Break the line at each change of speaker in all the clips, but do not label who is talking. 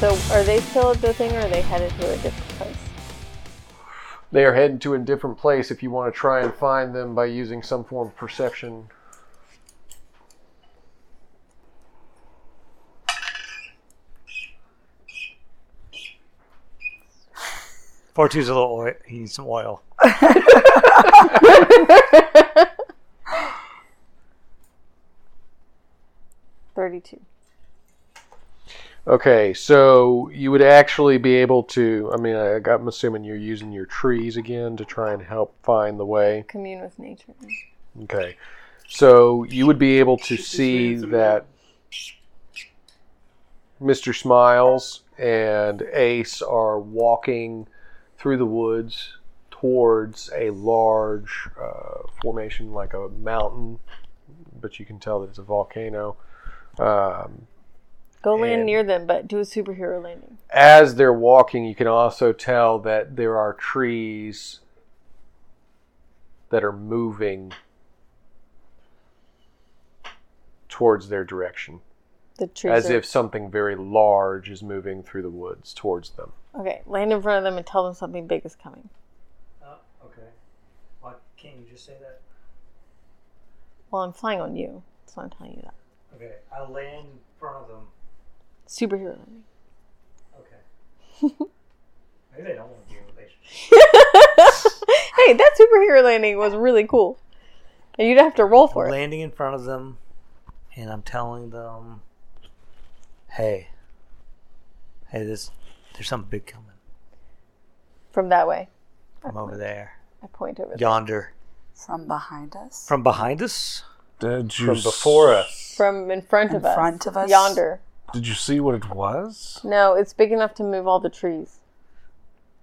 So are they still at the thing or are they headed to a different place?
They are heading to a different place if you want to try and find them by using some form of perception.
Fortu's a little oil. He needs some oil.
Thirty-two.
Okay, so you would actually be able to. I mean, I, I'm assuming you're using your trees again to try and help find the way.
Commune with nature.
Okay. So you would be able to see that Mr. Smiles and Ace are walking through the woods towards a large uh, formation, like a mountain, but you can tell that it's a volcano. Um,
Go land
And-
near them, but do a superhero landing.
as they're walking, you can also tell that there are trees that are moving towards their direction,
The trees.
as
are-
if something very large is moving through the woods towards them.
Okay, land in front of them and tell them something big is coming.
Oh, okay. Why can't you just say that?
Well, I'm flying on you. That's why I'm telling you that.
Okay, I land in front of them.
Superhero landing.
Okay. Maybe I don't want to be in a relationship.
hey, that superhero landing was really cool. And you'd have to roll for
I'm
it.
landing in front of them, and I'm telling them, "Hey, hey, this, there's something big coming
From that way.
from over there,
I point over there.
yonder,
From behind us?
from behind us."
Did you
From before
s-
us,
From in front
In
of us.
front of us?
Yonder.
Did you see what it was?
No, it's big enough to move all the trees.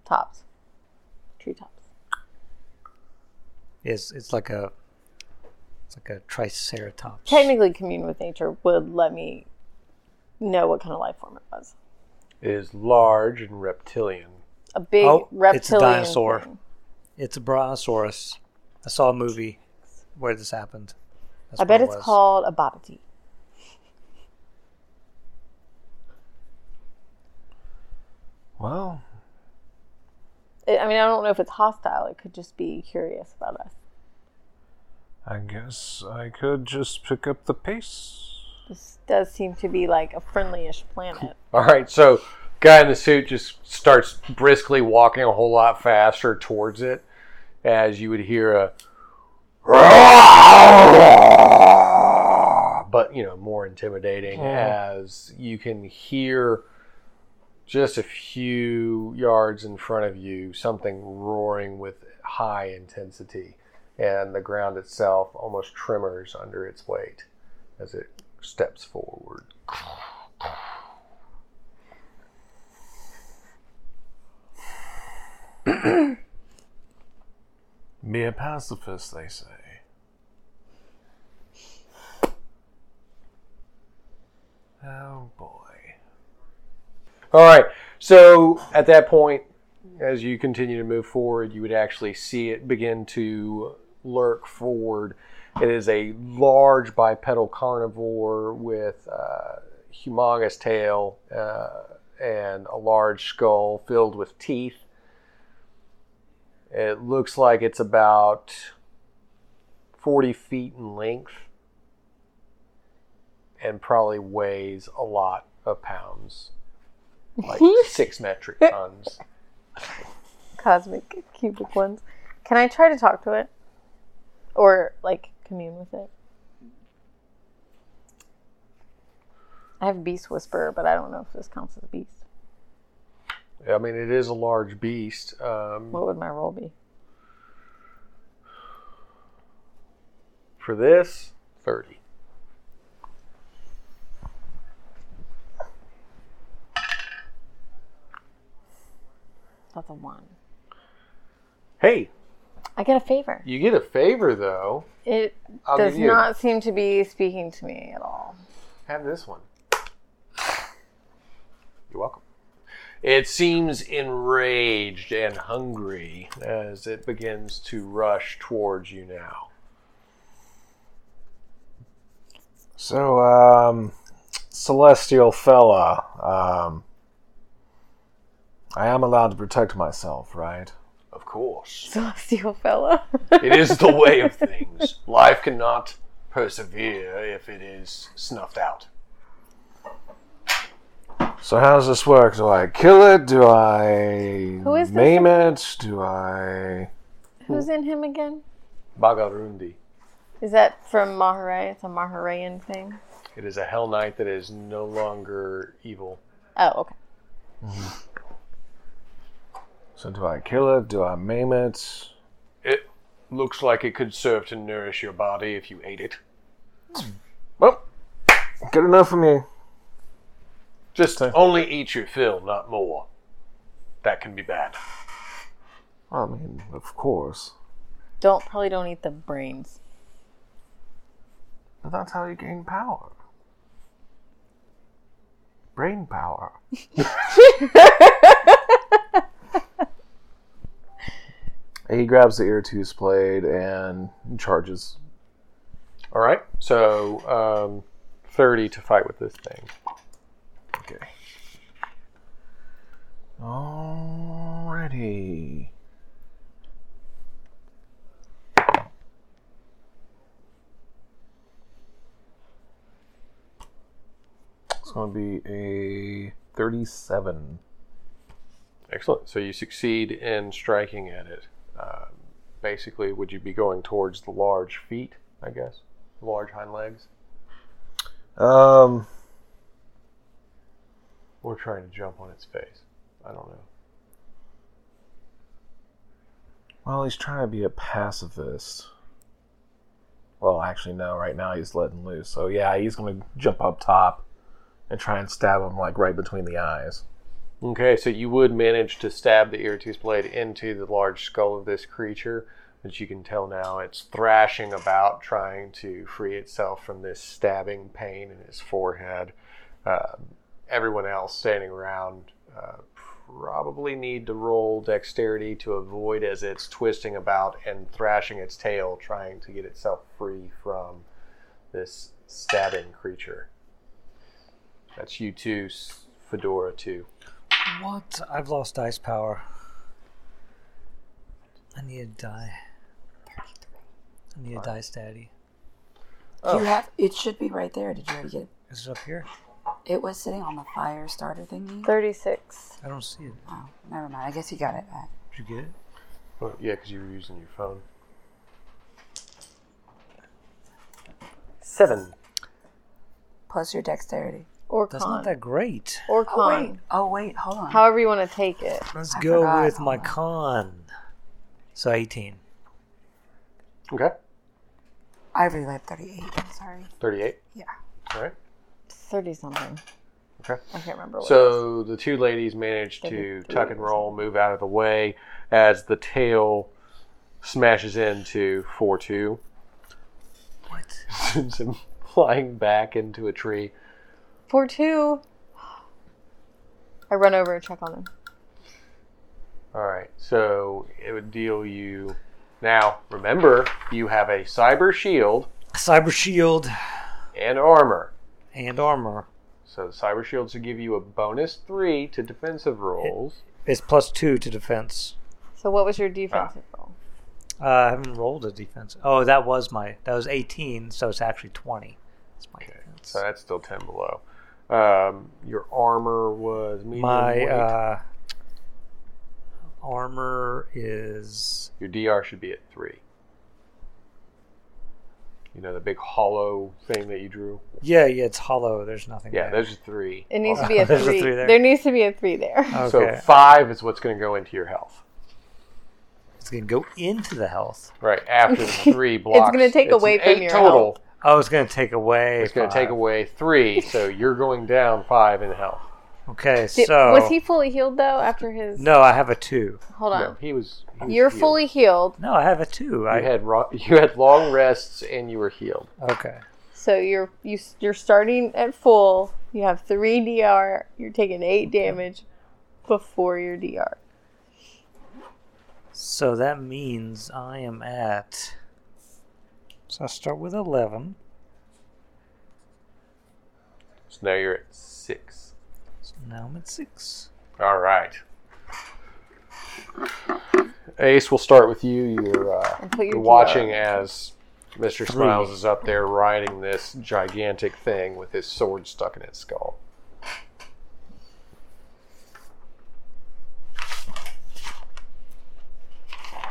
Tops. Tree tops.
It's it's like a, it's like a triceratops.
Technically, commune with nature would let me know what kind of life form it was.
it is large and reptilian.
A big
Oh, it's a
reptilian.
dinosaur.
thing.
It's a brontosaurus. I saw a movie where this happened. That's
I
what
bet
it
it's
was.
called a bobity.
Well,
I I mean, I don't know if it's hostile. It could just be curious about us.
I guess I could just pick up the pace.
This does seem to be like a friendly-ish planet.
All right, so guy in the suit just starts briskly walking a whole lot faster towards it, as you would hear a, but you know more intimidating as you can hear just a few yards in front of you something roaring with high intensity, and the ground itself almost tremors under its weight as it steps forward.
Be a pacifist, they say. Oh boy.
All right. So at that point, as you continue to move forward, you would actually see it begin to lurk forward. It is a large bipedal carnivore with a humongous tail uh, and a large skull filled with teeth. It looks like it's about 40 feet in length and probably weighs a lot of pounds like six metric tons.
Cosmic cubic ones. Can I try to talk to it, or like commune with it? I have beast whisperer, but I don't know if this counts as a beast.
I mean, it is a large beast. Um,
What would my role be?
for this, 30.
That's a one.
Hey,
I get a favor.
you get a favor, though.
It
I'll
does
give you-
not seem to be speaking to me at all.
Have this one. You're welcome. It seems enraged and hungry as it begins to rush towards you now.
So, um, celestial fella, um,
I am allowed to protect myself, right?
Of course.
Celestial fellow.
It is the way of things. Life cannot persevere if it is snuffed out.
So how does this work? Do I kill it? Do I
Who is this?
maim it? Do I?
Who's in him again?
Bagarundi.
Is that from Maharay? It's a Maharayan thing.
It is a hell knight that is no longer evil.
Oh, okay.
So do I kill it? Do I maim it?
It looks like it could serve to nourish your body if you ate it.
Well, good enough for me.
Just only eat your fill, not more. That can be bad.
I mean, of course.
Don't probably don't eat the brains.
But that's how you gain power. Brain power. he grabs the ear two's blade and charges.
All right. So, um, 30 to fight with this thing.
Okay. Alrighty. It's gonna be a thirty-seven.
Excellent. So you succeed in striking at it. Um, basically, would you be going towards the large feet, I guess? Large hind legs?
Um,
Or trying to jump on its face? I don't know.
Well, he's trying to be a pacifist. Well, actually, no. Right now, he's letting loose. So yeah, he's gonna jump up top and try and stab him like right between the eyes.
Okay, so you would manage to stab the eartooth blade into the large skull of this creature, but you can tell now it's thrashing about, trying to free itself from this stabbing pain in its forehead. Uh, everyone else standing around uh, probably need to roll dexterity to avoid as it's twisting about and thrashing its tail, trying to get itself free from this stabbing creature. That's you two, S- Fedora two.
What? I've lost dice power. I need a die. I need a dice daddy.
You have it should be right there. Did you already get it?
Is it up here?
It was sitting on the fire starter thingy.
Thirty-six.
I don't see it.
Oh, never mind. I guess you got it back.
Did you get it?
Well, yeah, because you were using your phone. Seven.
Plus your dexterity.
Or
That's
con.
not that great.
Or
Oh
con.
wait. Oh wait. Hold on.
However you want to take it.
Let's
I
go
forgot.
with my con. So 18.
Okay.
I really like 38. I'm sorry.
38.
Yeah.
All right.
Thirty something.
Okay.
I can't remember what. it
So the two ladies manage to
Thirty-three
tuck and
or
roll, move out of the way as the tail smashes into 4 2,
What?
sends him flying back into a tree.
was. four two. I run over and check on him.
All right. So it would deal you. Now, remember, you have a cyber shield
Cyber shield
and armor.
and armor.
So the cyber shields will give you a bonus three to defensive rolls.
It's plus two to defense.
So what was your defensive roll?
Uh, I haven't rolled a defense. Oh, that was my. That was 18, so it's actually 20. That's my defense.
So that's still ten below. Um, your armor was medium
my
weight.
uh, armor is.
your DR should be at three. You know the big hollow thing that you drew.
Yeah, yeah, it's hollow. There's nothing
Yeah,
there.
those are three.
It needs to be a
There's a
three.
three
there.
there.
needs to be a three there.
okay.
So five is what's going to go into your health.
it's going to go into the health.
Right after the three blocks,
gonna take
an
away from
eight
your
total.
health.
Oh, it's going to take away.
It's going to
five.
take away three, so you're going down five in health.
Okay,
Did-
so.
was he fully healed though after his?
No, I have a two.
Hold on.
No, he was. he was
You're
healed.
fully healed,
No, I have a two. I
You had ro- you had long rests and you were healed.
okay.
so you're you, s- you're starting at full. You have three DR. You're taking eight damage before your DR.
So that means I am at. So I start with eleven.
So now you're at six.
So now I'm at six.
All right. Ace, we'll start with you. You're, uh,
And put your
you're
gear
watching
on.
as Mr. Smiles is up there riding this gigantic thing with his sword stuck in its skull.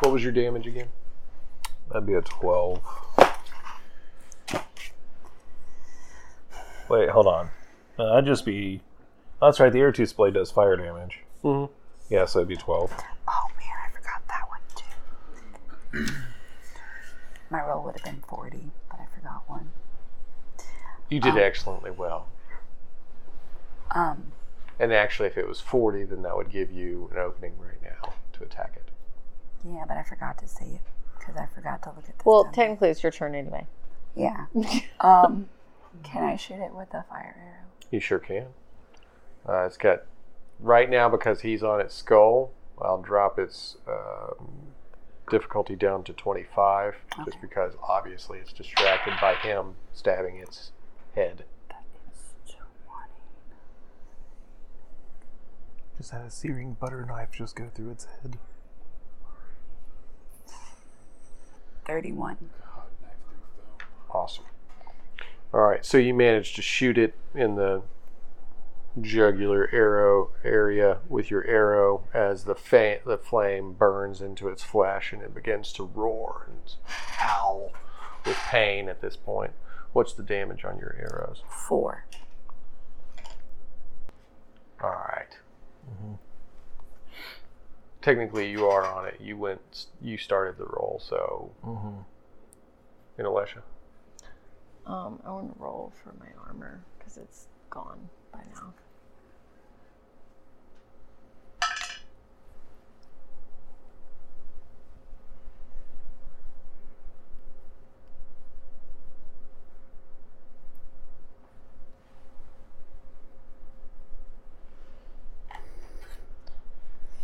What was your damage again?
That'd be a 12. Wait, hold on. No, that'd just be. That's right, the air tooth blade does fire damage.
Mhm.
Yeah, so it'd be 12.
Oh man, I forgot that one too. My roll would have been 40, but I forgot one.
You did excellently well.
Um,
And actually, if it was 40, then that would give you an opening right now to attack it.
yeah, but I forgot to say it because I forgot to look at this.
Well,
dummy.
technically, it's your turn anyway.
yeah. um, can I shoot it with a fire arrow?
You sure can. Uh, it's got right now because he's on its skull. I'll drop its um, difficulty down to twenty-five, just because obviously it's distracted by him stabbing its head.
Just had a searing butter knife just go through its head.
31.
Awesome. All right, so you managed to shoot it in the jugular arrow area with your arrow as the fa- the flame burns into its flesh and it begins to roar and howl with pain at this point. What's the damage on your arrows?
Four.
All right. Technically, you are on it. You went. You started the roll, so. In Alesha.
Um, I want to roll for my armor because it's gone by now.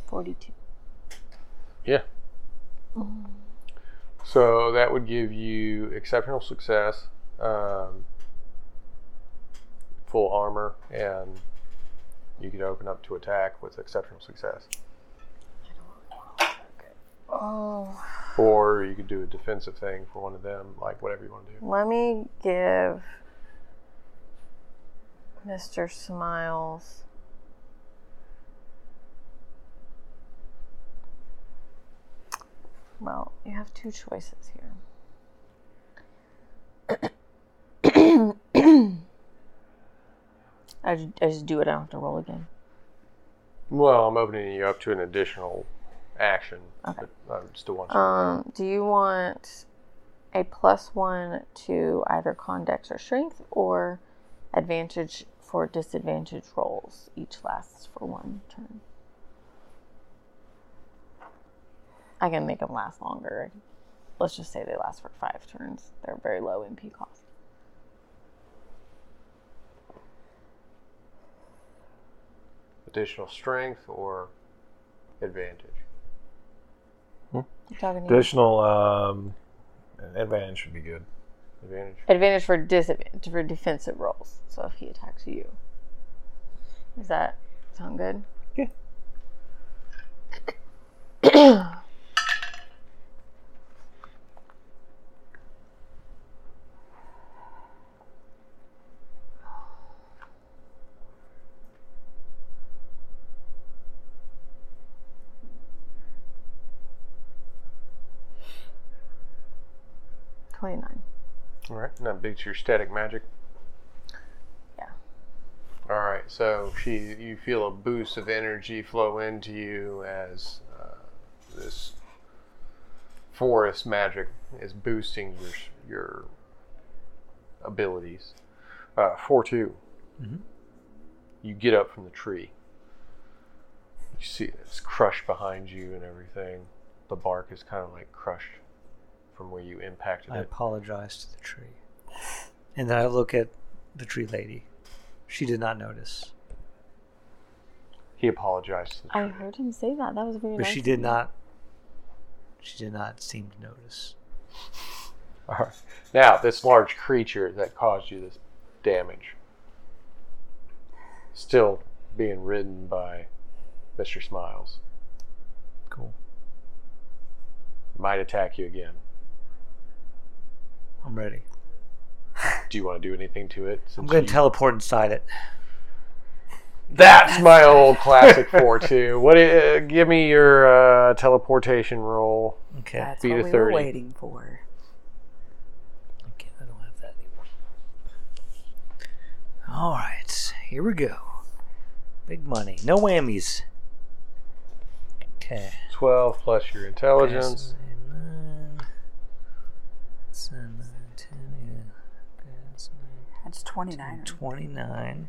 Forty-two.
Yeah. So that would give you exceptional success, um, full armor, and you could open up to attack with exceptional success.
Oh,
Or you could do a defensive thing for one of them, like whatever you want to do.
let me give Mr. Smiles. Well, you have two choices here. I just, I just do it. I don't have to roll again.
Well, I'm opening you up to an additional action, but uh, I still want you.
Um, do you want a plus one to either con dex or strength or advantage for disadvantage rolls? Each lasts for one turn. I can make them last longer. Let's just say they last for five turns. They're very low MP cost.
additional strength or advantage.
You talking to you?
Additional um, advantage would be good.
Advantage.
Advantage for disadvantage for defensive rolls. So if he attacks you, does that sound good? Yeah. Twenty-nine.
All right, and that beats your static magic.
Yeah.
All right, so she, you feel a boost of energy flow into you as uh, this forest magic is boosting your your abilities. Uh, Four You get up from the tree. You see it's crushed behind you and everything. The bark is kind of like crushed from where you impacted
I
it.
apologize to the tree. And then I look at the tree lady. She did not notice.
He apologized to the
I heard him say that. That was very
But
nice.
she
of
did
you.
not she did not seem to notice.
All right. Now, this large creature that caused you this damage, still being ridden by Mr. Smiles,
Cool.
Might attack you again.
I'm ready.
Do you want to do anything to it?
I'm
since
going
you-
to teleport inside it.
That's my old classic four two. What? i- uh, give me your uh, teleportation roll.
Okay.
That's
Beat
what
a
we
30.
were waiting for.
okay. I don't have that anymore. All right. Here we go. Big money. No whammies. Okay.
Twelve plus your intelligence.
Passes a nine. Seven, ten, yeah. Pass nine.
That's 29.
29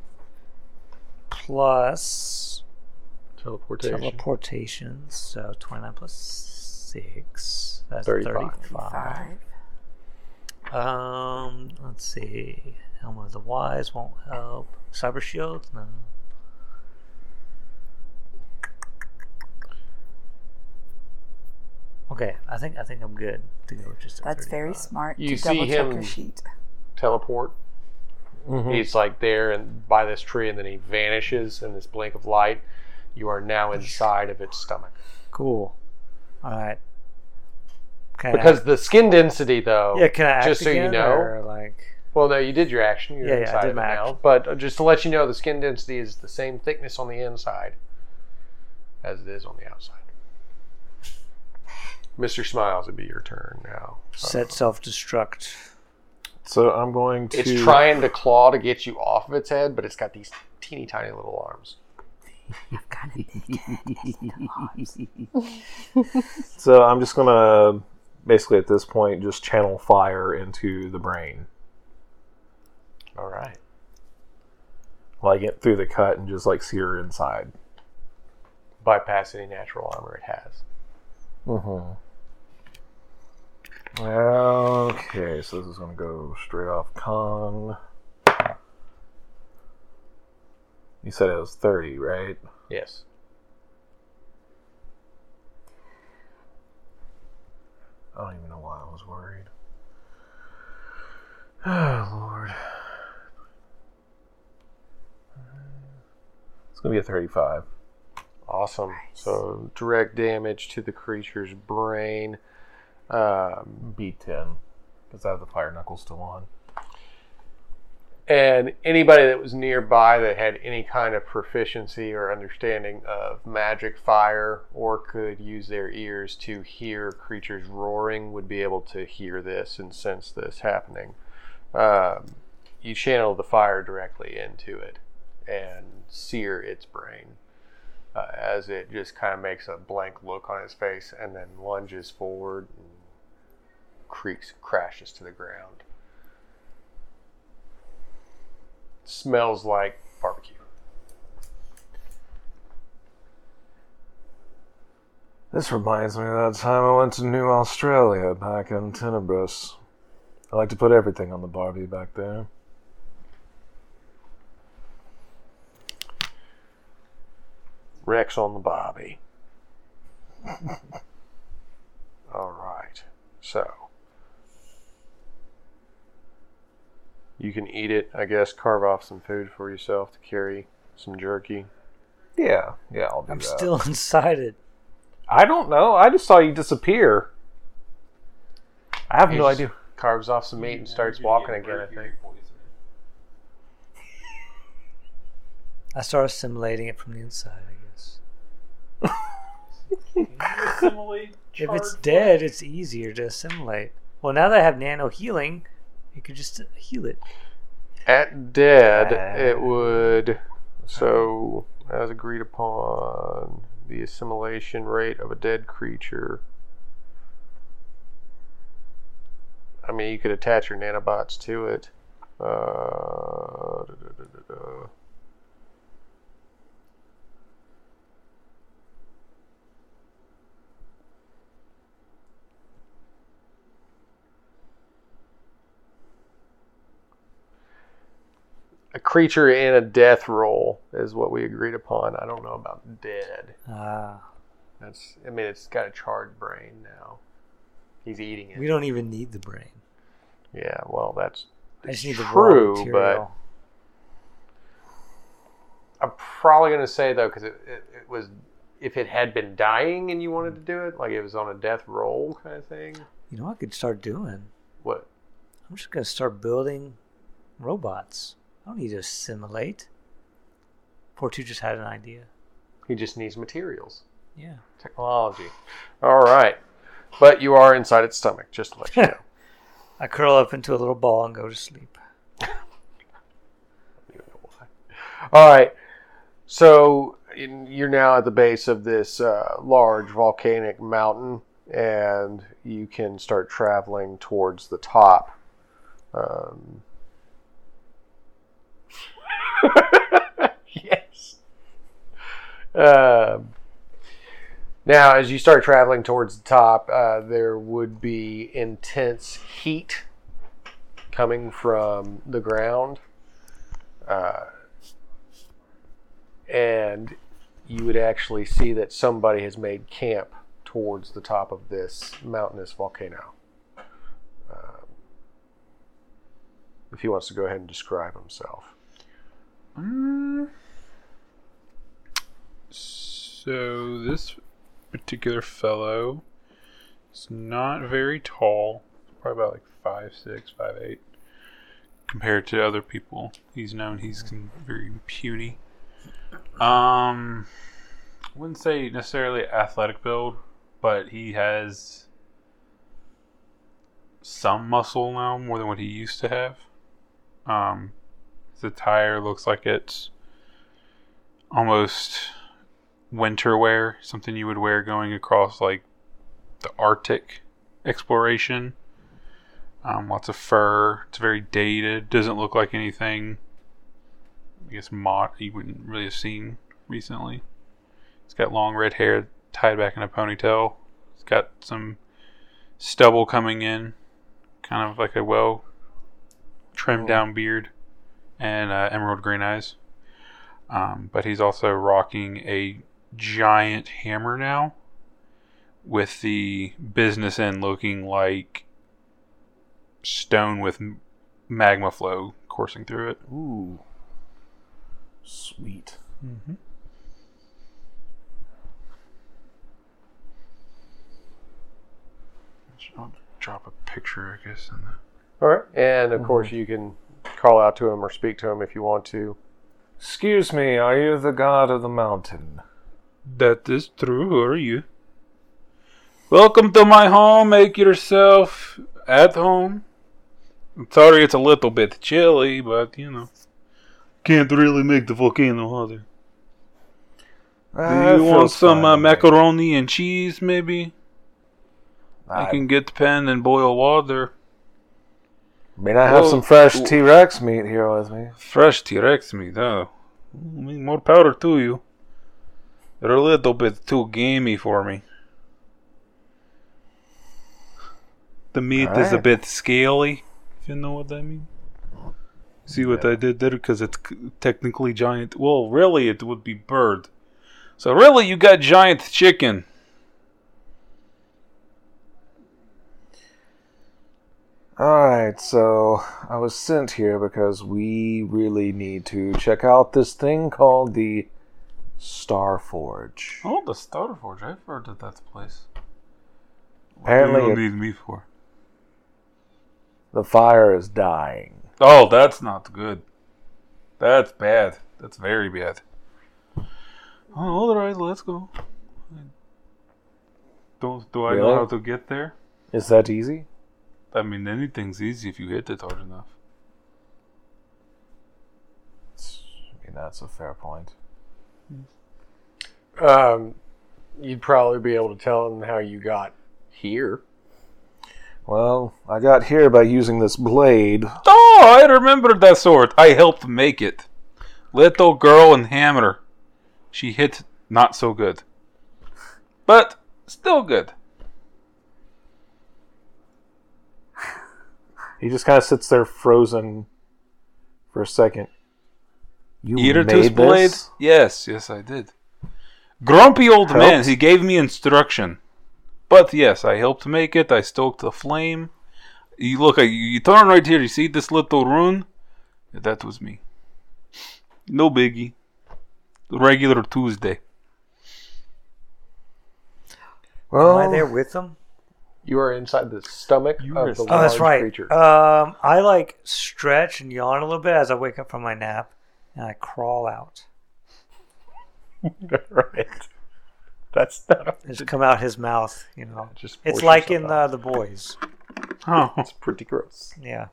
plus
Teleportation.
teleportation, so 29 plus 6 that's
35.
35,
5.
um let's see helm of the wise won't help cyber shield no okay i think i think i'm good to go with just a
That's very
35.
smart
You
to
see
double check
him-
your sheet.
Teleport.
Mm-hmm.
He's like there and by this tree, and then he vanishes in this blink of light. You are now inside of its stomach.
cool all right Can I-
Because the skin density, though.
yeah can i act
just so you
again,
know,
or, like
Well, no, you did your action. You're
Yeah, yeah, I
inside
did
of
my
it now.
action.
But uh, just to let you know, the skin density is the same thickness on the inside as it is on the outside. Mr. Smiles, it'd be your turn now.
set self destruct.
So I'm going to.
It's trying to claw to get you off of its head, but it's got these teeny tiny little arms.
So I'm just gonna basically at this point just channel fire into the brain,
All right.
like it through the cut, and just like sear inside.
Bypass any natural armor it has.
Mm-hmm. Okay, so this is gonna go straight off con. You said it was thirty, right?
Yes.
I don't even know why I was worried. Oh, Lord. It's going to be a 35.
Awesome. So direct damage to the creature's brain. Um,
B10. Because I have the fire knuckle still on.
and anybody that was nearby that had any kind of proficiency or understanding of magic fire or could use their ears to hear creatures roaring would be able to hear this and sense this happening um, you channel the fire directly into it and sear its brain uh, as it just kind of makes a blank look on its face and then lunges forward and creaks crashes to the ground smells like barbecue.
This reminds me of that time I went to New Australia back in Tenebris. I like to put everything on the Barbie back there.
Rex on the Bobby. All right. So you can eat it, I guess. Carve off some food for yourself to carry some jerky.
Yeah, yeah, I'll do
I'm
that.
still inside it.
I don't know. I just saw you disappear. I have
He
no
just
idea.
Carves off some meat and starts walking again. I think.
I start assimilating it from the inside, I guess. If it's dead, it's easier to assimilate. Well, now that I have nano healing, you could just heal it.
At dead,
Uh.
it would. So, as agreed upon, the assimilation rate of a dead creature. I mean, you could attach your nanobots to it. Uh, da, da, da, da, da. A creature in a death roll is what we agreed upon. I don't know about dead.
Ah,
That's. I mean, it's got a charred brain now. He's eating it.
we don't even need the brain.
yeah. Well, that's
I just need the
True,
raw
but-
material.
I'm probably gonna say though, because it, it, it was if it had been dying and you wanted to do it, like it was on a death roll kind of thing?
You know, what I could start doing.
What?
I'm just gonna start building robots. I don't need to assimilate. Portu just had an idea.
He just needs materials.
Yeah.
Technology. All right. But you are inside its stomach, just to let you know.
I curl up into a little ball and go to sleep.
All right. So in- you're now at the base of this uh, large volcanic mountain, and you can start traveling towards the top. Um... yes. Um now, as you start traveling towards the top, uh, there would be intense heat coming from the ground. Uh, and you would actually see that somebody has made camp towards the top of this mountainous volcano. Um, if he wants to go ahead and describe himself.
So this particular fellow is not very tall, probably about like five six, five eight, compared to other people he's known. He's con- very puny. Um, wouldn't say necessarily athletic build, but he has some muscle now more than what he used to have. Um, his attire looks like it's almost winter wear, something you would wear going across like the Arctic exploration. Um, lots of fur. It's very dated. Doesn't look like anything. I guess mod you wouldn't really have seen recently. It's got long red hair tied back in a ponytail. It's got some stubble coming in, kind of like a well trimmed down beard, and uh, emerald green eyes. Um, but he's also rocking a giant hammer now with the business end looking like stone with m- magma flow coursing through it.
Ooh. Sweet.
Mm-hmm. I'll drop a picture, I guess, in the
All right. And
Mm-hmm.
of course, you can call out to him or speak to him if you want to.
Excuse me, are you the god of the mountain?
That is true. Who are you? Welcome to my home. Make yourself at home. I'm sorry it's a little bit chilly, but you know. Can't really make the volcano hotter.
Ah,
Do you want some uh, macaroni and cheese, maybe? I, can get pan and boil water.
mean, I
Oh.
have some fresh T Rex meat here with me.
Fresh T Rex meat, though. More powder to you. They're a little bit too gamey for me. The meat is a
Alright.
bit scaly, if you know what I mean. See what I did there? Because it's c- technically giant. Well, really, it would be bird. So, really, you got giant chicken.
Alright, so I was sent here because we really need to check out this thing called the Star Forge.
Oh, the Starforge. I've heard of that place.
Apparently, it-
need me for?
the fire is dying.
Oh, that's not good. That's bad. That's very bad. Oh, all right, let's go. Don't do I know
Really?
how to get there?
Is that easy?
I mean, anything's easy if you hit it hard enough.
I mean, that's a fair point.
Um, you'd probably be able to tell him how you got here.
Well, I got here by using this blade.
Oh, I remember that sword. I helped make it. Little girl and hammer. She hit not so good, but still good.
He just kind of sits there frozen for a second. You
Eatertooth blade? Yes, yes, I did. Grumpy old man,
Helped?
he gave me instruction. But yes, I helped make it. I stoked the flame. You look, uh, you, you turn right here. You see this little rune? That was me. No biggie. Regular Tuesday.
Well,
Am I there with them?
you are inside the stomach
You are
of the
inside-
Oh, that's
large
right.
creature.
Um, I like stretch and yawn a little bit as I wake up from my nap, and I crawl out.
right. That's not.
I just come out his mouth, you know.
Just
It's
force
like
yourself
in
out.
uh, the boys.
Oh,
It's pretty gross.
Yeah,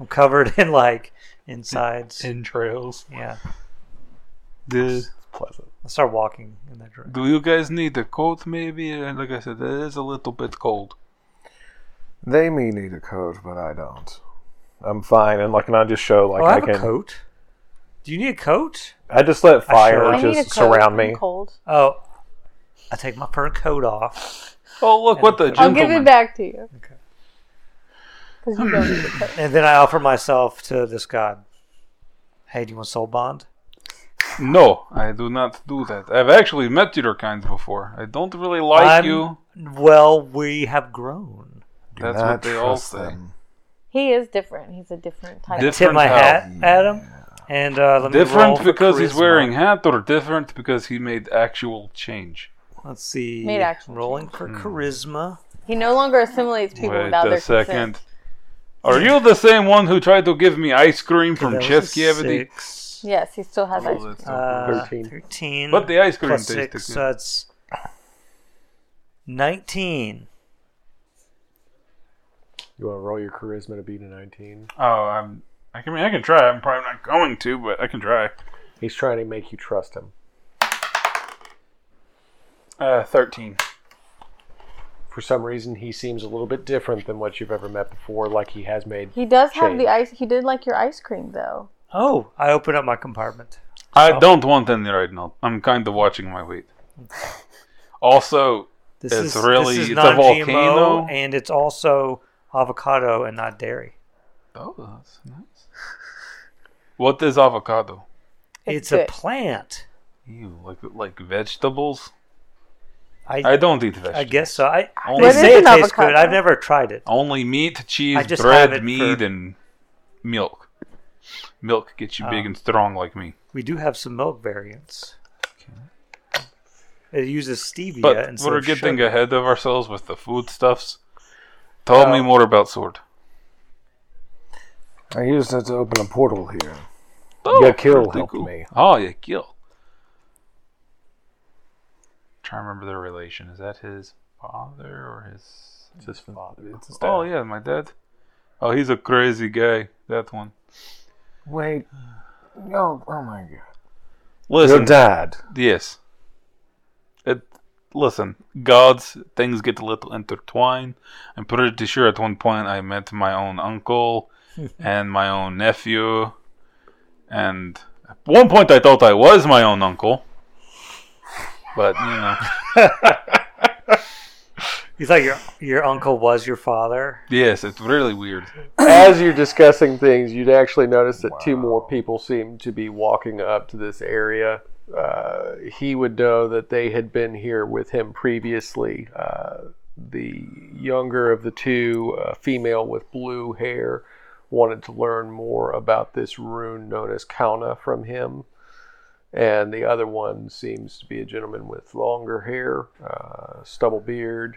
I'm covered in like insides.
entrails.
Yeah,
The
It's pleasant.
I start walking in that direction.
do you guys need a coat? Maybe, And like I said, it is a little bit cold.
They may need a coat, but I don't. I'm fine, and like, and I just show like
oh, I have
can.
a coat. Do you need a coat?
I just let fire
I
I need a
just
coat.
surround
I'm
me.
Cold.
Oh, I take my fur coat off.
Oh, look what the
I'll
gentleman!
give it back to you.
Okay.
Because you don't need a coat.
And then I offer myself to this god. Hey, do you want soul bond?
No, I do not do that. I've actually met your kinds before. I don't really like
I'm-
you.
Well, we have grown.
Do
That's
not
what they all
trust
say.
them.
He is different. He's a different type.
I
Dif-
Of,
tip my
how?
hat at him, and uh, let me roll
Different
for
because he's
charisma.
wearing hat, or different because he made actual change.
Let's see.
Made actual
Rolling for
Hmm.
charisma.
he no longer assimilates people
Wait
without
a
their
second.
consent.
Are you the same one who tried to give me ice cream from
That was a
Cheskevity?
six.
Yes, he still has ice.
Oh, that's
Uh,
Thirteen.
13.
But the ice cream
plus
tasted
six,
good.
so it's 19.
You want to roll your charisma to beat a 19?
oh, I'm. I can I mean I can try. I'm probably not going to, but I can try.
He's trying to make you trust him.
Uh, thirteen.
For some reason, he seems a little bit different than what you've ever met before, like he has made.
He does have the
Shade.
ice. He did like your ice cream though.
Oh, I open up my compartment.
I
Oh.
don't want any right now. I'm kind of watching my weight. Also,
This
It's
is
really-
this is
it's a
non-GMO,
volcano.
and it's also avocado and not dairy.
oh, that's nice. What is avocado?
It's
It's, a
good.
plant.
Ew, like like vegetables.
I
I don't eat vegetables.
I guess so. I
Only-
they
What
say
is an
it tastes good.
avocado?
I've never tried it.
Only meat, cheese,
I just have it
bread, meat,
for-
and milk. Milk gets you big
Oh.
and strong like me.
We do have some milk variants. It uses stevia
But
instead
we're
of
getting
sugar.
ahead of ourselves with the foodstuffs. Tell me
Oh.
more about sword.
I used it to open a portal here.
Oh,
Yakil
pretty
helped me.
Oh, Yakil. Trying to remember their relation. Is that his father or his?
It's his father. It's his
Oh
dad.
yeah, my dad. Oh, he's a crazy guy. That one.
Wait. No. Oh my god. Your
Listen,
dad.
Yes. It listen, gods things get a little intertwined. I'm pretty sure at one point I met my own uncle and my own nephew and at one point I thought I was my own uncle. But you know
You thought your your uncle was your father.
Yes, it's really weird.
As you're discussing things, you'd actually notice that two more people seem to be walking up to this area. Uh, he would know that they had been here with him previously. Uh, the younger of the two, a female with blue hair, wanted to learn more about this rune known as Kauna from him. And the other one seems to be a gentleman with longer hair, uh, stubble beard.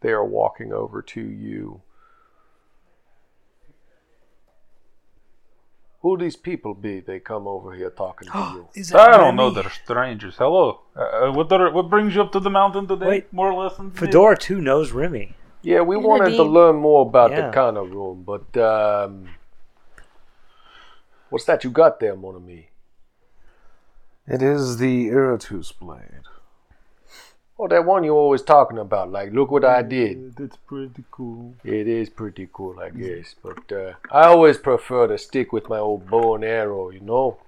They are walking over to you. Who these people be? They come over here talking to you.
Is
I don't know, they're strangers. Hello. Uh, uh, what are, what brings you up to the mountain today?
Wait.
More or less than today?
Fedora too knows Remy.
Yeah, we
Isn't it
wanted to
deep?
learn more about
Yeah.
the kind of room, but um, what's that you got there, mon ami?
It is the Iratus blade.
Oh, that one you're always talking about. Like, look what I did.
That's pretty cool.
It is pretty cool, I guess, but uh, I always prefer to stick with my old bow and arrow. You know,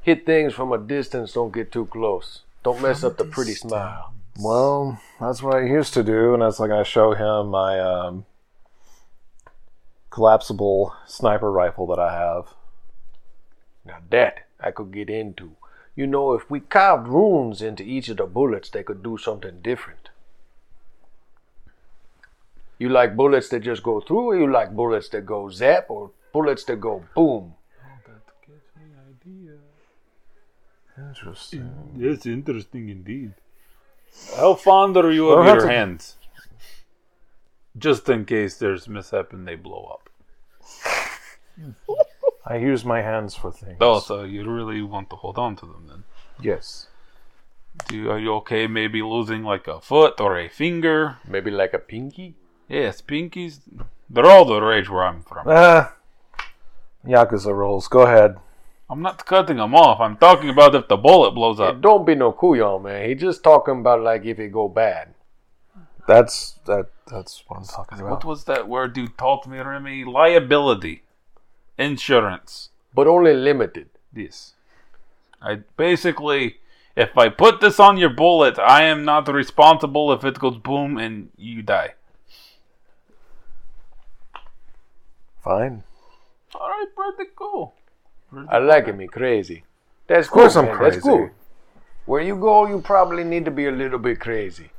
hit things from a distance. Don't get too close. Don't mess up the pretty smile.
Well, that's what I used to do, and that's like I show him my um, collapsible sniper rifle that I have.
Now that I could get into. You know, if we carved runes into each of the bullets, they could do something different. You like bullets that just go through, or you like bullets that go zap, or bullets that go boom?
Interesting.
That's interesting indeed. How fond are you
Well,
of
that's
your
a-
hands? Just in case there's mishap and they blow up.
I use my hands for things.
Oh, so you really want to hold on to them then?
Yes.
Do you, are you okay? Maybe losing like a foot or a finger?
Maybe like a pinky?
Yes, pinkies. They're all the rage where I'm from.
Ah, Yakuza rules. Go ahead.
I'm not cutting them off. I'm talking about if the bullet blows
Hey,
up.
don't be no kuyon, man. He just talking about like if it go bad.
That's that. That's what I'm talking
What
about.
was that word you taught me, Remy? Liability. Insurance.
But only limited.
Yes. I basically, if I put this on your bullet, I am not responsible if it goes boom and you die.
Fine.
All right, where'd it go?
I like him, he crazy. That's
course
cool,
I'm
man. That's
crazy.
cool. Where you go, you probably need to be a little bit crazy.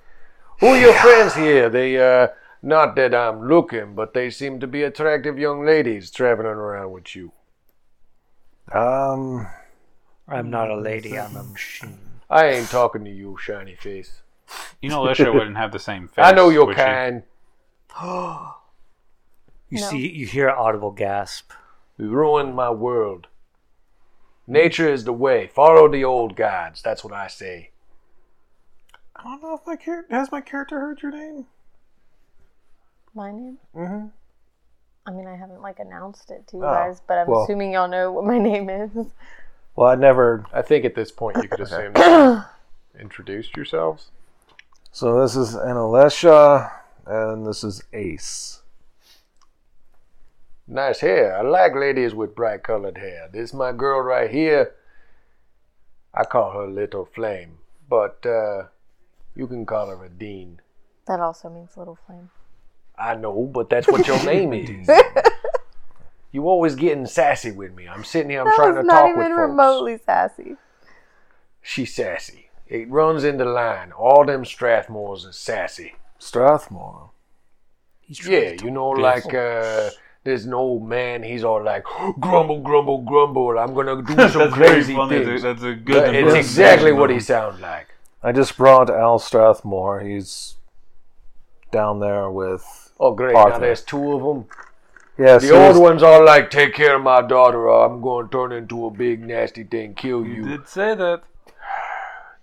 Who are your friends here? They, uh, not that I'm looking, but they seem to be attractive young ladies traveling around with you.
Um.
I'm not a
Mm,
lady. I'm a machine.
I ain't talking to you, shiny face.
You know, Lesha wouldn't have the same face.
I know your
would she?
kind.
You
No.
see, you hear an audible gasp.
You ruined my world. Nature is the way. Follow the old gods. That's what I say.
I don't know if my character has my character heard your name.
My name?
Mm-hmm.
I mean, I haven't like announced it to you
Oh,
guys, but I'm
well.
assuming y'all know what my name is.
Well, I never.
I think at this point you could assume that you introduced yourselves.
So this is Analesha, and this is Ace.
Nice hair. I like ladies with bright colored hair. This my girl right here. I call her Little Flame, but uh, you can call her a Dean.
That also means little flame.
I know, but that's what your name is. You always getting sassy with me. I'm sitting here. I'm
that
trying
was
to
not
talk
even
with folks.
remotely sassy.
She's sassy. It runs in the line. All them Strathmores are sassy.
Strathmore.
He's trying
Yeah,
to
you
talk.
know,
Yes.
like uh, there's an old man. He's all like, grumble, grumble, grumble. I'm gonna do some
That's very
crazy
funny.
things.
That's a good.
But it's
impersonation
exactly what
of
he
him.
sounds like.
I just brought Al Strathmore. He's down there with.
Oh, great! Now
Arthur.
there's two of them.
Yes.
The old one's all like, "Take care of my daughter, or I'm going to turn into a big nasty thing, kill
You
you."
did say that.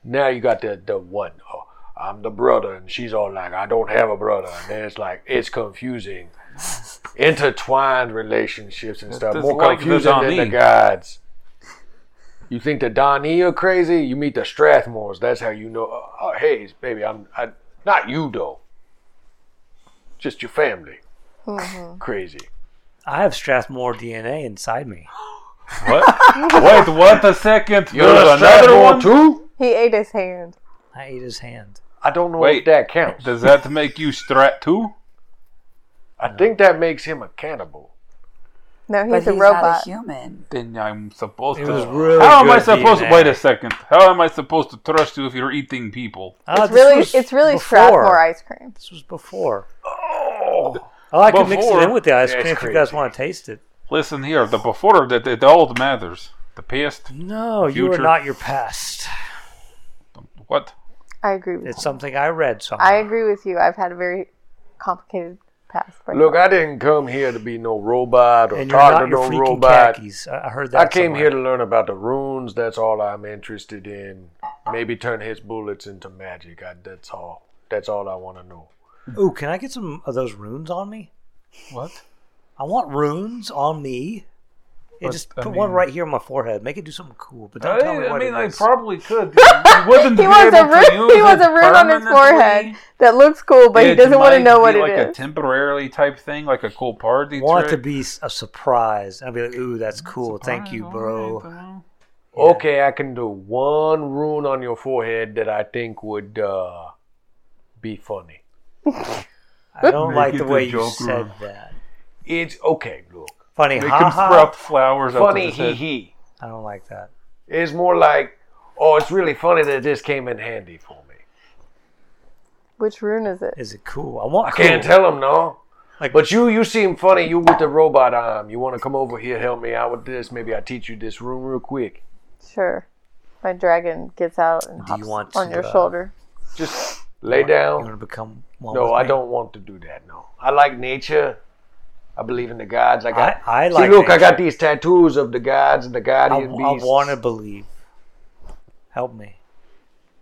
Now you got the the one. Oh, I'm the brother, and she's all like, "I don't have a brother," and then it's like it's confusing, intertwined relationships and stuff.
It's
More
like the
confusing than the
Donnie.
gods. You think the Donnie are crazy? You meet the Strathmores. That's how you know. Oh, oh, hey, baby, I'm I, not you though. Just your family. Crazy.
I have Strathmore DNA inside me.
What? Wait, what a second.
You're
There's
a
another
Strathmore
one.
too.
He ate his hand.
I ate his hand.
I don't know if
Wait.
that counts.
Does that make you strat too?
I think that makes him a cannibal.
No,
But
he's
he's
a
not a
robot.
human.
Then I'm supposed
It
to.
was really
How am I
good
supposed?
DNA.
Wait a second. How am I supposed to trust you if you're eating people?
Ah,
it's
this
really,
was
it's really
before.
Strathmore ice cream.
This was before.
Oh,
Oh, I can mix it
Before?
in with the ice
Yeah, it's
cream if you guys
crazy.
want to taste it.
Listen here. The before that, it all matters. The past.
No, you are
Future.
not your past.
What?
I agree with
It's
you.
something I read somewhere.
I agree with you. I've had a very complicated past. Right
Look, I didn't come here to be no robot or
and you're
talk
not
to
your
no
freaking
robot.
khakis. I I heard that.
I came
somewhere.
here to learn about the runes. That's all I'm interested in. Maybe turn his bullets into magic. I, that's all. That's all I want to know.
Ooh, can I get some of those runes on me?
What?
I want runes on me. Yeah,
But,
just
I
put one
mean-
right here on my forehead. Make it do something cool, but don't
I,
tell me
I
what
mean,
it
I
is.
probably could. You wouldn't
He
be
wants a
able to
rune.
use
He wants
it
a rune on his forehead
permanently.
that looks cool, but he
It
doesn't want to
might
know
be
what it
like
is.
a temporarily type thing, like a cool party
want it to
trick.
be s- a surprise. I'll be like, ooh, that's cool. Thank you,
Alright,
bro.
alright,
Okay, I can do one rune on your forehead that I think would uh, be funny.
I don't
Make
like
it
the
a
way you
joke
said
rune.
that.
It's okay. Look,
Funny,
Make
ha
him sprout
ha.
flowers up
funny.
his
He
head.
he.
I don't like that.
It's more like, oh, it's really funny that this came in handy for me.
Which rune is it?
Is it cool? I want
I
cool.
can't tell him no.
Like-
but you, you seem funny. You with the robot arm. You want to come over here, help me out with this? Maybe I teach you this room real quick.
Sure. My dragon gets out and
Do you
hops
want
on
to,
your
uh,
shoulder.
Just lay
You
down.
want to become one with
No, I
me?
don't want to do that. No, I like nature. I believe in the gods. I got.
I, I
See,
like.
look, I
nature.
got these tattoos of the gods and the
I,
guardian
I
beasts.
want to believe. Help me.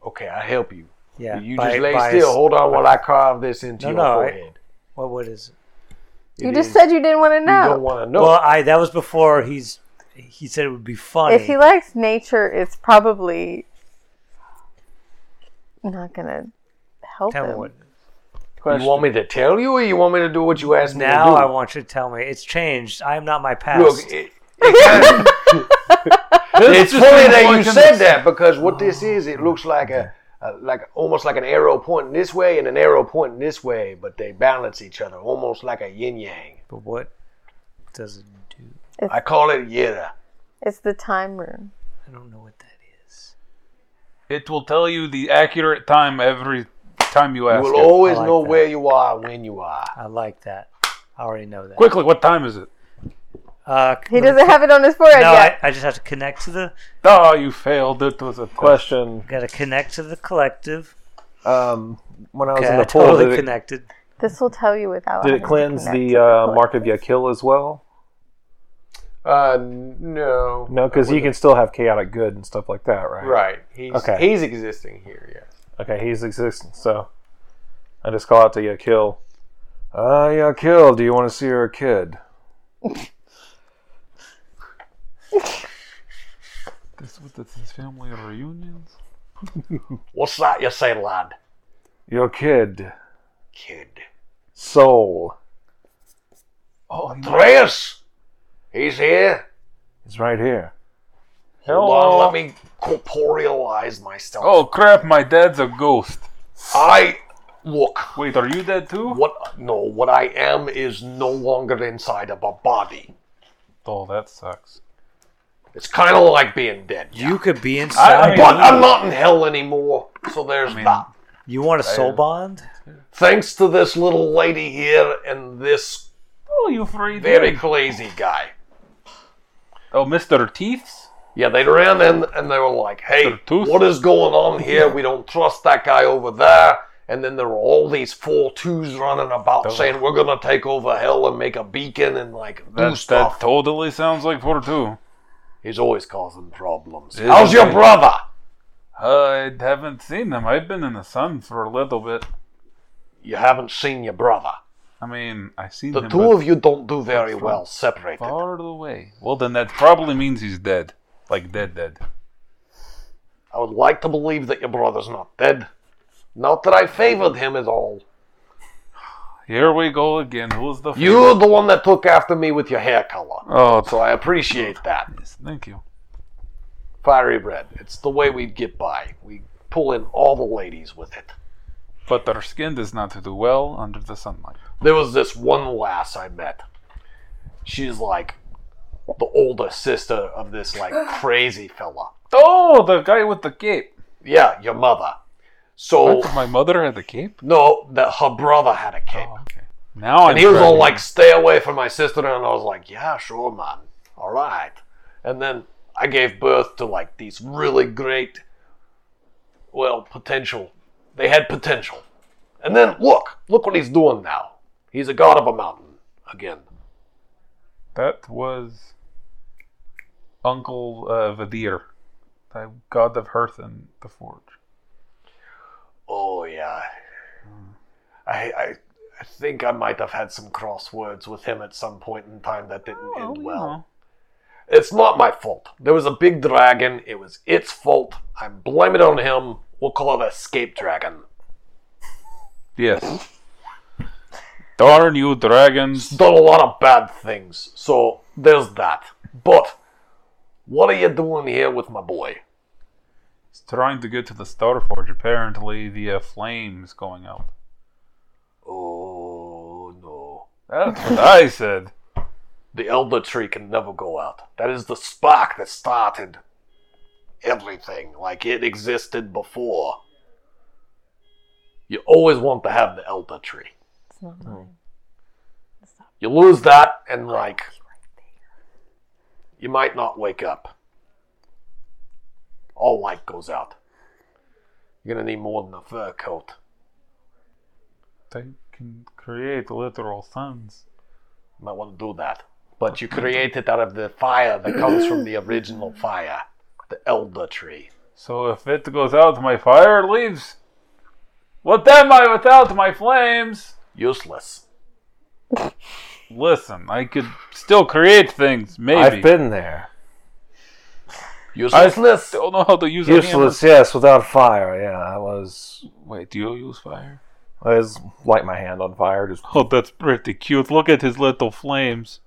Okay, I help you.
Yeah.
you
by-
just lay
by
still.
s-
Hold on while I carve this into
No,
your
no, I-
forehead.
What? What is? It?
It
You just
is-
said you didn't want to
you don't
know.
want to know.
Well, I that was before he's. He said it would be funny.
If he likes nature, it's probably not gonna help
tell me
him.
what.
you want me to tell you, or you want me to do what you asked me
Now
to
I want you to tell me. It's changed. I am not my
do?
past.
Look, it, it kinda- it's funny that you said that because what this is, it looks like a, a like almost like an arrow pointing this way and an arrow pointing this way, but they balance each other, almost like a yin yang.
but what does it do?
I call it yira.
It's the time rune.
I don't know what that is.
It will tell you the accurate time every time you
You
ask.
will
it.
always
I like
know
that.
where you are when you are.
I like that. I already know that.
Quickly, what time is it?
Uh,
He doesn't have it on his forehead
No, I,
yet.
I just have to connect to the.
Oh, you failed. It was a question.
Question:
Got to connect to the collective.
um, When I was
Okay,
in the
I
pool,
totally
did, it,
connected.
This will tell you without.
did it
having to
cleanse
connect
the
to
uh,
clip.
mark of Yakil as well?
Uh, no,
No, because you can still have chaotic good and stuff like that, right?
Right, he's
Okay.
he's existing here. Yes.
Okay, he's existing. So I just call out to Yakil. Uh, Yakil, do you want to see your kid?
This with this is family reunions.
What's that you say, lad?
Your kid,
Kid.
Soul,
Oh, you
Andreas! He's here.
is right here.
Hold on, let me corporealize myself.
oh crap! My dad's a ghost.
I look.
Wait, are you dead too?
What? No, what I am is no longer inside of a body.
Oh, that sucks.
It's kind of like being dead.
You could be
I
inside.
mean-
but I'm not in hell anymore. So there's
I mean-
that.
you want a soul bond?
Thanks to this little lady here and this
Oh, you free
very crazy guy.
Oh, Mister Teeths.
Yeah, they ran in and they were like, hey,
Their tooth?
what is going on here? We don't trust that guy over there. And then there were all these four twos running about saying, we're going to take over hell and make a beacon and like do
That that
stuff.
totally sounds like four two.
He's always causing problems.
Isn't
How's your
he?
brother?
I haven't seen them. I've been in the sun for a little bit.
You haven't seen your brother.
I mean, I seen
The
him.
two
but
of you don't do very well separated.
far away. Well, then that probably means he's dead. Like dead, dead.
I would like to believe that your brother's not dead. Not that I favored him at all.
Here we go again. Who's the?
You're the one that took after me with your hair color.
Oh, it's
So I appreciate that.
Yes, thank you.
Fiery red. It's the way we get by. We pull in all the ladies with it.
But their skin does not do well under the sunlight.
There was this one lass I met. She's like the older sister of this like crazy fella.
Oh, the guy with the cape.
Yeah, your mother. So
What? My mother had the cape.
no, that her brother had a cape.
Oh, okay. Now
and
I'm
he was all
cracking.
like, stay away from my sister and I was like, Yeah, sure man. Alright. And then I gave birth to like these really great well, potential. They had potential. And then look, look what he's doing now. He's a god of a mountain again.
That was Uncle uh, Vadir, the god of hearth and the forge.
Oh yeah. I I I think I might have had some crosswords with him at some point in time that didn't end well. It's not my fault. There was a big dragon. It was its fault. I blame it on him. We'll call it escape dragon.
Yes. Darn you, dragons!
Done a lot of bad things. So there's that. But what are you doing here with my boy?
It's trying to get to the Star Forge. Apparently, the uh, flame's going out.
Oh no.
That's what I said.
The elder tree can never go out. That is the spark that started everything. Like it existed before. You always want to have the elder tree.
It's not mine.
You lose that, and like, you might not wake up. All light goes out. You're gonna need more than a fur coat.
They can create literal suns.
Might want to do that. But you create it out of the fire that comes from the original fire, the elder tree.
So if it goes out, my fire leaves. What am I without my flames?
Useless.
Listen, I could still create things, maybe.
I've been there.
Useless.
I don't know how to use a
Useless, yes, without fire. Yeah, I was.
hammer. Wait, do you use fire?
I was light my hand on fire. Just
Oh, that's pretty cute. Look at his little flames.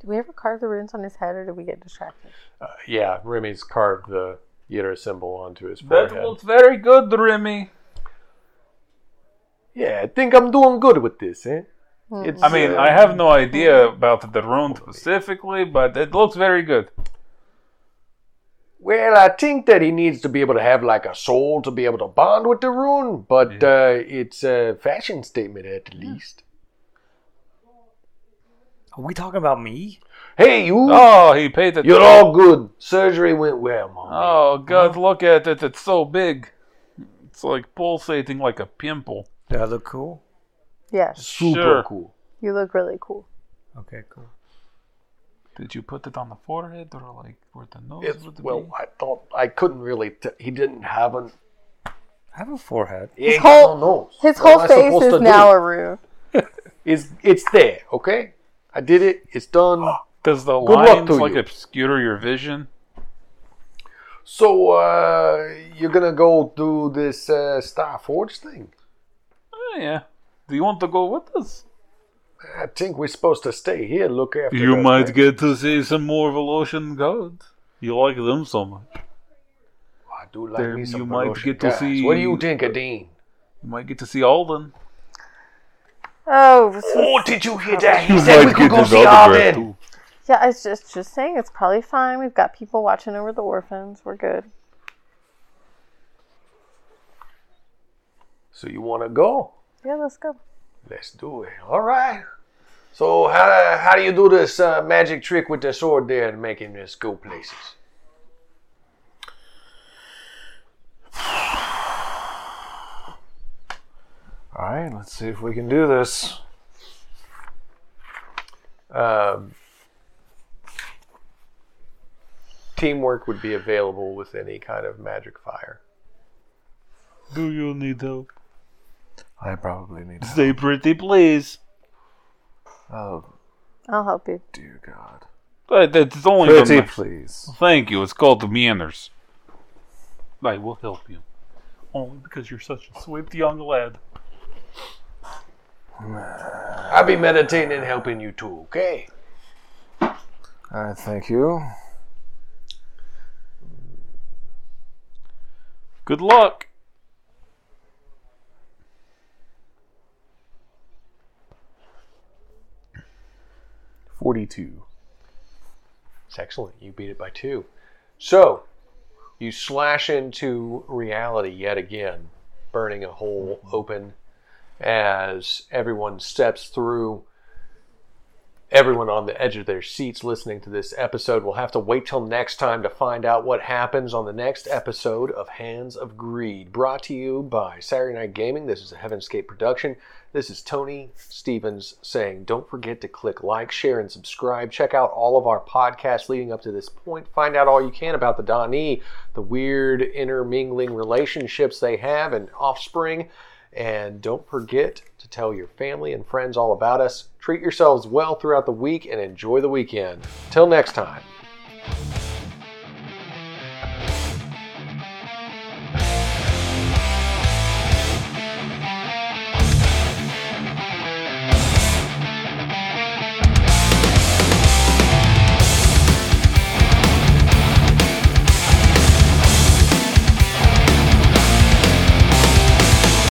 Did we ever carve the runes on his head, or did we get distracted?
Uh, yeah, Remy's carved the Yidder symbol onto his forehead.
That looks very good, Remy.
Yeah, I think I'm doing good with this, eh?
Hmm.
It's,
I mean,
uh,
I have no idea about the rune specifically, but it looks very good.
Well, I think that he needs to be able to have like a soul to be able to bond with the rune, but uh, it's a fashion statement at least.
Are we talking about me?
Hey, you!
Oh, he paid it.
You're all good. Surgery went well, mom.
Oh, God, look at it. It's so big. It's like pulsating like a pimple.
Do I look cool?
Yes,
Super
sure.
cool.
you look really cool.
Okay, cool.
Did you put it on the forehead or like where the nose
It's,
would
well,
be?
I thought I couldn't really. T- he didn't have an.
I have a forehead.
His
whole-
nose.
His
What am
whole
I
face
supposed
is
to do?
now a rune.
It's it's there. Okay, I did it. It's done.
Does the
Good luck
lines
to
like
you.
obscure your vision?
So uh, you're gonna go do this uh, Star Forge thing.
Oh, yeah. Do you want to go with us?
I think we're supposed to stay here. Look after.
You
that,
might
right?
get to see some more Volosian gods. You like them so much.
Oh, I do like
There,
me some
you might
Belarusian
get to
guys.
see-
What do you think, Adine?
You might get to see Alden.
Oh, this is-
Oh, did you hear that? He said we could go see Arvin.
yeah. I was just just saying, it's probably fine. We've got people watching over the orphans. We're good.
So you want to go?
Yeah, let's go.
Let's do it. All right. So how how do you do this uh, magic trick with the sword there and making this go places?
all right. Let's see if we can do this.
Um, teamwork would be available with any kind of magic fire.
Do you need help?
I probably need. To...
Stay pretty, please.
Oh
I'll help you.
dear God.
Uh, It's only the
Pretty
ma-
please.
Thank you. It's called the manners. I will help you, only because you're such a swift young lad.
I'll be meditating and helping you too. Okay.
All right. Thank you.
Good luck.
Forty-two.
It's excellent. You beat it by two. So, you slash into reality yet again, burning a hole open as everyone steps through. Everyone on the edge of their seats listening to this episode will have to wait till next time to find out what happens on the next episode of Hands of Greed, brought to you by Saturday Night Gaming. This is a Heavenscape production. This is Tony Stevens saying, don't forget to click like, share, and subscribe. Check out all of our podcasts leading up to this point. Find out all you can about the Dani, the weird intermingling relationships they have, and offspring. And don't forget to tell your family and friends all about us. Treat yourselves well throughout the week and enjoy the weekend. Till next time.